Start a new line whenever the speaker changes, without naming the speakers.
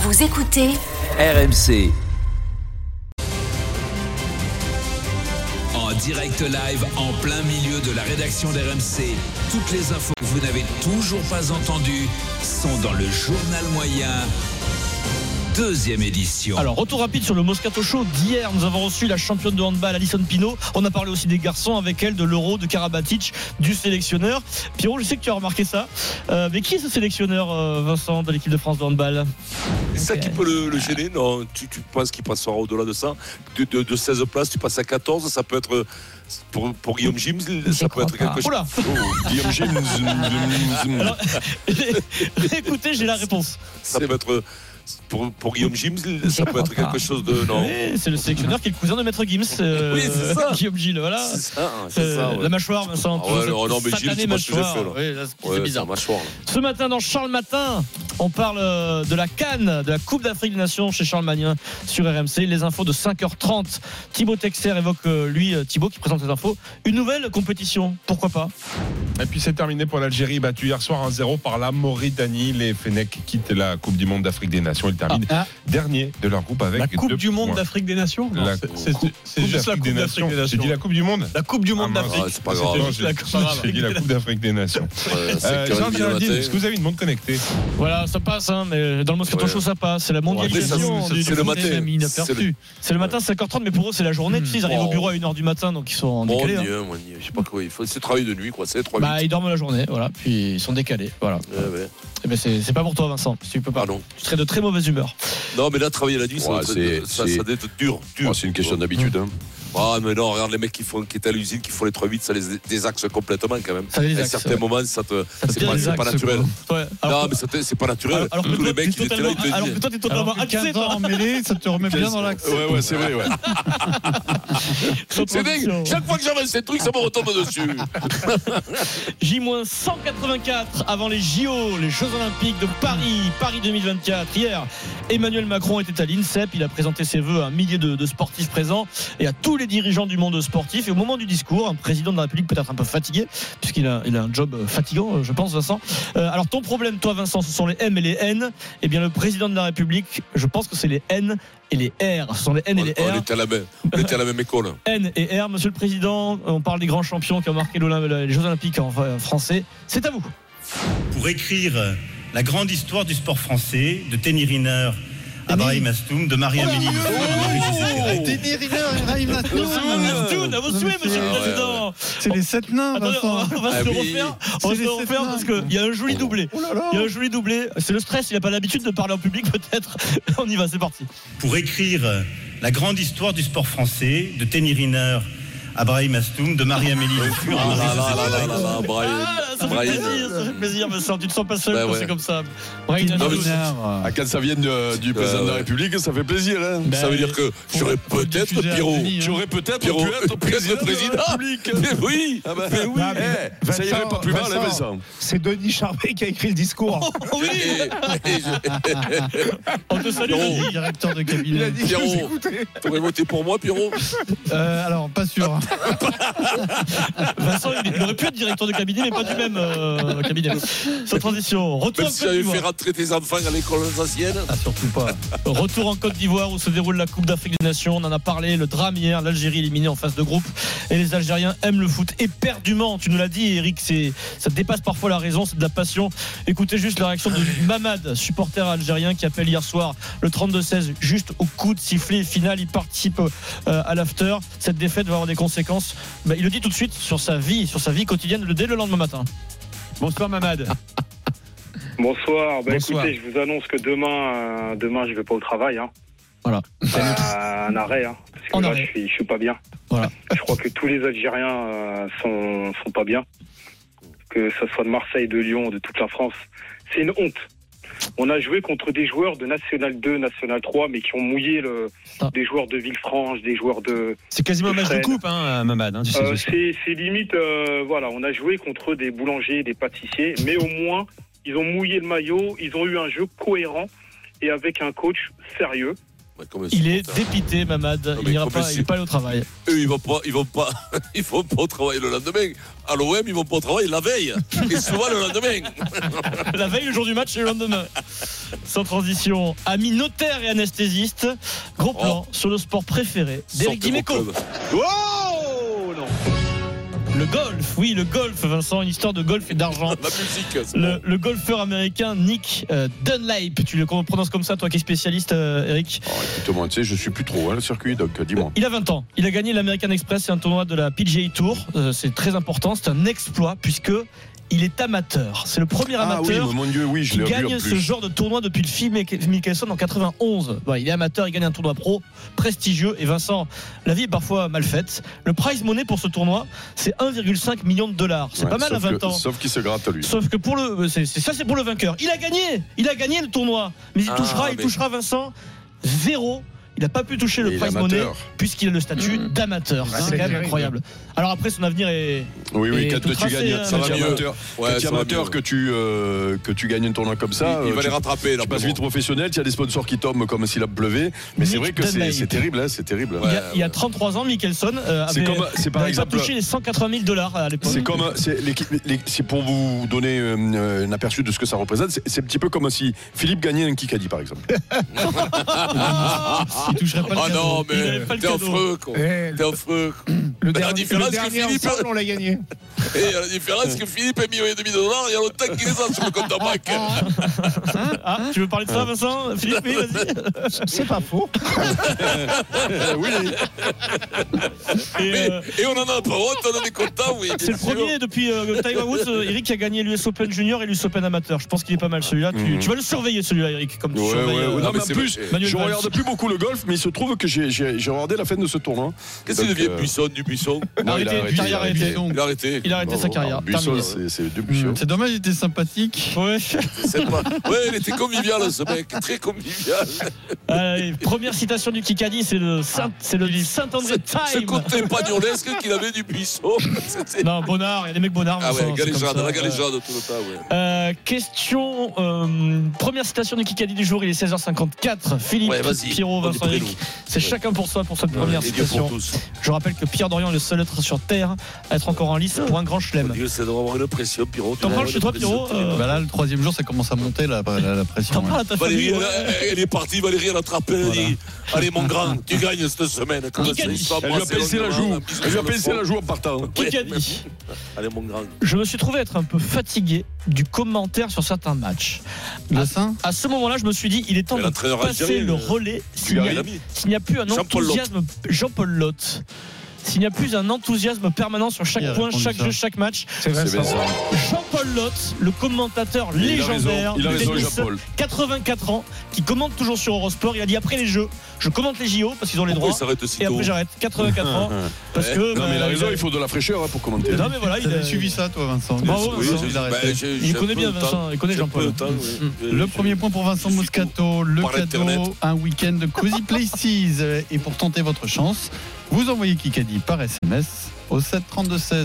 Vous écoutez
RMC. En direct live, en plein milieu de la rédaction d'RMC, toutes les infos que vous n'avez toujours pas entendues sont dans le journal moyen. Deuxième édition.
Alors, retour rapide sur le Moscato Show d'hier. Nous avons reçu la championne de handball, Alison Pino. On a parlé aussi des garçons avec elle, de l'Euro, de Karabatic, du sélectionneur. Pierrot, je sais que tu as remarqué ça. Euh, mais qui est ce sélectionneur, euh, Vincent, de l'équipe de France de handball
C'est ça qui peut le, le gêner, non tu, tu penses qu'il passera au-delà de ça de, de- de 16 places, tu passes à 14, ça peut être. Pour, pour Guillaume Gims, ça peut
crois
être quelque chose.
Oula
Oh, Guillaume Gims, mm, mm, mm,
Alors, Écoutez, j'ai la réponse.
ça peut être. Pour, pour Guillaume Gims, ça peut
crois
être
pas.
quelque chose de. Non.
Oui, C'est le sélectionneur qui est le cousin de Maître Gims, euh,
Oui, c'est ça.
Guillaume Gilles. Voilà.
C'est ça, c'est
Euh,
ça. ouais.
La mâchoire, Vincent.
Ah ouais,
Cette
non, non, mais Gilles,
satanée
c'est pas ce que j'ai
mâchoire.
fait, là.
Oui, là, c'est
Ouais,
bizarre.
c'est un mâchoire, là.
Ce matin dans Charles Matin, on parle euh, de la Cannes, de la Coupe d'Afrique des Nations chez Charles Magnin sur RMC. Les infos de 5h30. Thibaut Texer évoque euh, lui, euh, Thibaut qui présente les infos. Une nouvelle compétition, pourquoi pas
Et puis c'est terminé pour l'Algérie, battue hier soir 1-0 par la Mauritanie. Les Fennecs quittent la Coupe du Monde d'Afrique des Nations. Ils
Ah,
terminent dernier de leur groupe avec
Ah. La Coupe
deux
du Monde
points.
d'Afrique des Nations Non,
La
c'est-
Coupe-
C'est c'est
Coupe
juste la Coupe d'Afrique des
J'ai dit la
Nations.
Coupe du Monde
La Coupe du Monde
Ah, mince.
d'Afrique.
Ah, c'est pas
C'était
grave.
juste
la Coupe d'Afrique.
J'ai dit la Coupe d'afrique des Nations.
Ouais, c'est
Euh,
que
Jean
le milieu
Girardine,
matin.
est-ce que vous avez une montre connectée
Voilà, ça passe, hein, mais dans le Moscato
Ouais.
Show, ça passe. C'est la
Après,
mondialisation.
ça,
du-
c'est
du
le
foot,
matin.
même inaperçu.
C'est le-
C'est le matin 5h30, mais pour eux, c'est la journée. Tu sais, ils arrivent au
Oh.
bureau à 1h du matin, donc ils sont en
Mon
décalé. hein.
Dieu, mon Dieu, je sais pas quoi il faut. C'est travail de nuit, quoi. C'est 3
Bah, ils dorment la journée, voilà, puis ils sont décalés. Voilà. Eh ben, c'est c'est pas pour toi, Vincent, parce que tu peux pas.
Pardon.
Tu serais de très mauvaise humeur.
Non, mais là, travailler la nuit, ça,
Ouais,
ça-
c'est-
ça,
c'est-
ça doit être dur. dur.
Oh, c'est une question d'habitude. hein.
Ah, mais non, regarde les mecs qui, font, qui étaient à l'usine, qui font les 3 vite, ça les désaxe complètement quand même.
Ça les
à
désaxe,
certains
ouais.
moments, ça te.
te
C'est pas, c'est pas
désaxe,
naturel.
Ouais.
non, mais ça te- c'est pas naturel.
Alors, alors que
Tous
toi,
les mecs,
t'es
ils étaient là, ils
totalement- alors que
te
toi, t'es totalement
Alors que
axé
15
dans
ans en mêlée, ça te remet bien dans l'axe.
Ouais, ouais, c'est vrai, ouais.
Sans
disent. C'est
transition.
dingue, chaque fois que j'avance ces trucs, ça me retombe dessus.
J-184 avant les JO, les Jeux Olympiques de Paris, Paris 2024. Hier, Emmanuel Macron était à l'INSEP. Il a présenté ses vœux à un millier de, de sportifs présents et à tous les dirigeants du monde sportif. Et au moment du discours, un président de la République peut-être un peu fatigué, puisqu'il a, il a un job fatigant, euh, je pense, Vincent. Euh, alors, ton problème, toi, Vincent, ce sont les M et les N. Eh bien, le président de la République, je pense que c'est les N et les R. Ce sont les N et les
On
R.
était à la même- on était à la même école.
N et R, monsieur le président. On parle des grands champions qui ont marqué l'Olymp- les Jeux Olympiques en euh, français. C'est à vous.
pour écrire la grande histoire du sport français, de Tenny Riner à Brahim Astoum, de Maria
Oh
Menino à Marie-Josée Perret.
Astoun, à vos souhaits, monsieur le
Ah ouais,
président.
C'est les 7 nains,
Attendez, on
Vincent.
va- on va
Ah
se le
oui.
refaire. On va
C'est
se
les
le refaire
sept
parce
nains.
qu'il y a un joli doublé.
Oh là là.
Il y a un joli doublé. C'est le stress, il n'a pas l'habitude de parler en public, peut-être. On y va, c'est parti.
Pour écrire la grande histoire du sport français, de Tenny Riner à Brahim Astoum, de Maria Menino à
Ah là là
Marie-Josée
là là là là,
Ah,
Brian.
ça fait
Brian.
plaisir, ça fait plaisir, Vincent. Tu ne sens pas seul
Bah
quand
ouais.
c'est comme ça. Brian
Non, mais
Astoun.
Ah, quand ça vient de- du président de la
ouais.
République, ça fait plaisir. Hein.
Ah,
Ben,
Ça veut dire que j'aurais peut-être,
Bah, diffuser à
Pierrot,
euh,
Denis, hein.
J'aurais peut-être
Pierrot,
pu être
pu être
président, de
président.
la République.
Mais oui,
Ah bah,
mais
Ben,
oui.
Non, mais
eh, ça irait pas plus mal, hein, Vincent.
C'est Denis Charvet qui a écrit le discours.
Oh oui,
Et- et je-
on te salue,
Non.
Denis.
Directeur de cabinet.
Il a dit, Pierrot. T'aurais voté pour moi, Pierrot
Euh, alors, pas sûr.
Vincent, il aurait pu être directeur de cabinet, mais pas du même euh, cabinet. Sans transition. Retour
Même
en
si
Côte
j'avais
d'Ivoire.
fait rentrer tes enfants à l'école alsacienne.
Ah, surtout pas. Retour en Côte d'Ivoire où se déroule la Coupe d'Afrique des Nations. On en a parlé, le drame hier, l'Algérie éliminée en phase de groupe. Et les Algériens aiment le foot éperdument. Tu nous l'as dit, Eric, c'est, ça dépasse parfois la raison, c'est de la passion. Écoutez juste la réaction de Mamad, supporter algérien, qui appelle hier soir le 32-16 juste au coup de sifflet final. Il participe euh, à l'after. Cette défaite va avoir des conséquences. Bah, il le dit tout de suite sur sa vie, sur sa vie quotidienne le- dès le lendemain matin. Bonsoir Mamad.
Bonsoir. Bah,
Bonsoir.
Écoutez, je vous annonce que demain, euh, demain, je vais pas au travail. Hein.
Voilà.
Euh, un arrêt. Hein, parce que
En
là,
arrêt.
je suis, je suis pas bien.
Voilà.
Je crois que tous les Algériens euh, sont, sont pas bien. Que ce soit de Marseille, de Lyon, de toute la France, c'est une honte. On a joué contre des joueurs de National 2, National 3, mais qui ont mouillé le,
Ah.
des joueurs de Villefranche, des joueurs de.
C'est quasiment un match de
Fred.
coupe, hein, Mamad. hein, tu sais, ce
Euh,
soir.
c'est c'est limite, euh, voilà, on a joué contre des boulangers, des pâtissiers, mais au moins, ils ont mouillé le maillot, ils ont eu un jeu cohérent et avec un coach sérieux.
Ouais, comme
il est
supporter.
dépité, Mamad.
mais
Il n'ira
comme
pas,
c'est-
il est pas allé au travail.
Eux, ils vont pas, ils vont pas, ils vont pas au travail le lendemain. À l'OM, ils vont pas au travail la veille. Et souvent le lendemain.
La veille, le jour du match et le lendemain. Sans transition, amis notaires et anesthésistes, gros plan
Oh.
sur le sport préféré d'Éric
Sortez mon
Dimeco.
club.
Le golf, oui, le golf, Vincent, une histoire de golf et d'argent.
La musique. c'est
Le, le golfeur américain Nick euh, Dunlap, tu le prononces comme ça, toi qui es spécialiste, euh, Eric.
Oh, écoute-moi, tu sais, je suis plus trop hein, le circuit, donc euh, dis-moi.
Il a 20 ans. Il a gagné l'American Express, c'est un tournoi de la PGA Tour. Euh, c'est très important, c'est un exploit puisque il est amateur. C'est le premier
Ah oui,
amateur.
mon Dieu, oui, je
qui
l'ai vu en
gagne ce
plus.
genre de tournoi depuis le film Mickelson en 91. Voilà, il est amateur, il gagne un tournoi pro prestigieux. Et Vincent, la vie est parfois mal faite. Le prize money pour ce tournoi, c'est 1,5 million de dollars. C'est
Ouais,
pas mal à
sauf
20
que-
ans.
Sauf qu'il se gratte, lui.
Sauf que pour le. euh, c'est- c'est- ça, c'est pour le vainqueur. Il a gagné Il a gagné le tournoi Mais il
Ah,
touchera, il
mais-
touchera Vincent zéro. Il n'a pas pu toucher
Et
le
il est
prize money
amateur. Mmh.
puisqu'il a le statut d'amateur.
Ah,
c'est
c'est
quand même
terrible.
incroyable. Alors après, son avenir est.
Oui,
Et
oui, quand
tout
tu
tracé, hein,
gagnes,
mais-
ça va
Amateur.
amateur.
Ouais,
Quand tu es
ça va
amateur,
mieux. Ah,
que tu, euh, que tu gagnes un tournoi comme ça.
Il, il
euh,
va
tu-
les rattraper là.
Tu passes
pour
vite professionnel, il y a des sponsors qui tombent comme s'il a pleuvé. Mais c'est
Nick
vrai que c'est
Dunlap.
c'est terrible, hein, c'est terrible.
il, y a, il y a 33 ans, Mickelson euh,
C'est
avait-
comme, c'est par
n'avait pas
exemple.
touché les 180 000 dollars à l'époque.
C'est comme, c'est l'équipe- les- c'est pour vous donner euh, un aperçu de ce que ça représente. c'est- C'est un petit peu comme si Philippe gagnait un Kikadi, par exemple.
Il toucherait pas le
Ah
cadeau.
non,
Il
mais
n'avait pas le
t'es
cadeau.
affreux, quoi.
Eh,
T'es affreux. quoi.
Le
Mais la
dernier,
différence
le dernier
que Philippe-
ensemble, on l'a gagné.
Et à la différence que Philippe a mis un demi dollar, il y a le temps qu'il les a sur le compte en banque.
Ah, tu veux parler de ça, Vincent
Ah,
Philippe, oui, vas-y.
C'est pas faux.
oui,
Et,
Mais-
euh,
Et on en a pas honte, on en est content, oui.
C'est
bien
le
sûr.
premier depuis euh, Tiger Woods, euh, Eric qui a gagné l'US Open Junior et l'US Open Amateur. Je pense qu'il est pas mal celui-là. Tu,
Mhm.
tu vas le surveiller celui-là, Eric, comme tu
Ouais,
surveilles.
ouais,
euh,
ouais. Non, mais
c'est
en plus,
vrai.
Manuel
je
Valls.
regarde plus beaucoup le golf, mais il se trouve que j'ai- j'ai j'ai regardé la fin de ce tournoi.
Qu'est-ce qu'il
Donc,
devient
euh,
Buisson du Buisson
Non, il a
Arrêtez,
arrêté,
Pierre,
il
arrêtez.
a arrêté.
Il a arrêté.
Il a arrêté sa
Bravo.
carrière.
Ah, Buisson,
terminé. Mmh.
c'est- c'est hein. deux
Hmm,
Buisson.
C'est dommage, il était sympathique.
Ouais.
C'est pas- Ouais, il était convivial ce mec, très convivial.
Allez, première citation du Kikadi, c'est
Ah,
le Saint, c'est le Saint-André
Ce
Time.
côté pagnolesque qu'il avait du Buisson. C'était-
Non, Bonnard, il y a des mecs Bonnard.
Ah ouais,
Vincent, c'est
galéjade,
comme ça.
la galéjade tout le temps, ouais.
Euh, question, euh, première citation du Kikadi du jour, il est 16h54. Philippe,
Ouais, vas-y.
Pierrot,
On est
Vincent,
prêts,
Eric,
nous.
c'est chacun pour soi pour cette
Ouais,
première
et Dieu
citation.
pour tous.
Je rappelle que Pierre Dorian est le seul être sur Terre à être encore en lice pour un grand
Mon
chelem.
Dieu, c'est d'avoir une pression, Pierrot.
T'en parles chez toi, Pierrot Euh,
Bah là, le troisième jour, ça commence à monter la, la, la pression.
T'en
ouais.
parles à ta
Valérie,
famille.
euh,
elle, elle est partie, Valérie, elle a attrapé, elle
Voilà.
dit Allez, mon grand, tu gagnes cette semaine. Comme ça, ils sont
Elle lui a
embrassés
pincé la
longuement,
joue.
un bisou
Elle lui
sur
a
le
pincé
front.
la joue en partant.
Ouais.
Kikadi.
Allez, mon grand.
Je me suis trouvé être un peu fatigué du commentaire sur certains matchs.
Glassin
À ce moment-là, je me suis dit, il est temps
Mais
de
l'entraîneur
passer
algérien,
le
euh,
relais s'il
Tu
n'y
as
a-
l'ami.
s'il n'y a plus un
Jean-Paul Lotte.
enthousiasme. Jean-Paul Lotte. S'il n'y a plus un enthousiasme permanent sur
Il
chaque
a
point,
répondu
chaque
ça.
jeu, chaque match,
C'est
C'est Vincent.
Jean-Paul Lotte, le commentateur
Il a
légendaire
raison, il a
du
raison,
tennis,
Jean-Paul.
84 ans, qui commente toujours sur Eurosport. Il a dit après les jeux, je commente les JO parce qu'ils ont les
Pourquoi il
droits.
s'arrête si
Et
tôt
après j'arrête. 84 ans. Parce que.
Non,
bah,
mais il a raison,
a-
il faut de la fraîcheur hein, pour commenter.
Non, mais voilà, il
T'avais
a
suivi ça, toi, Vincent
Bravo,
Oui,
Vincent,
j'ai-
il a
bah,
arrêté.
j'ai- j'ai
Il
un
connaît
peu
bien
le temps.
Vincent, il connaît
J'ai un peu
Jean-Paul.
le temps, oui. Euh,
Le
je-
premier point pour Vincent
je suis
Moscato, le
Par Internet.
cadeau, un week-end de Cozy Places. Et pour tenter votre chance, vous envoyez Kikadi par SMS au 732 16.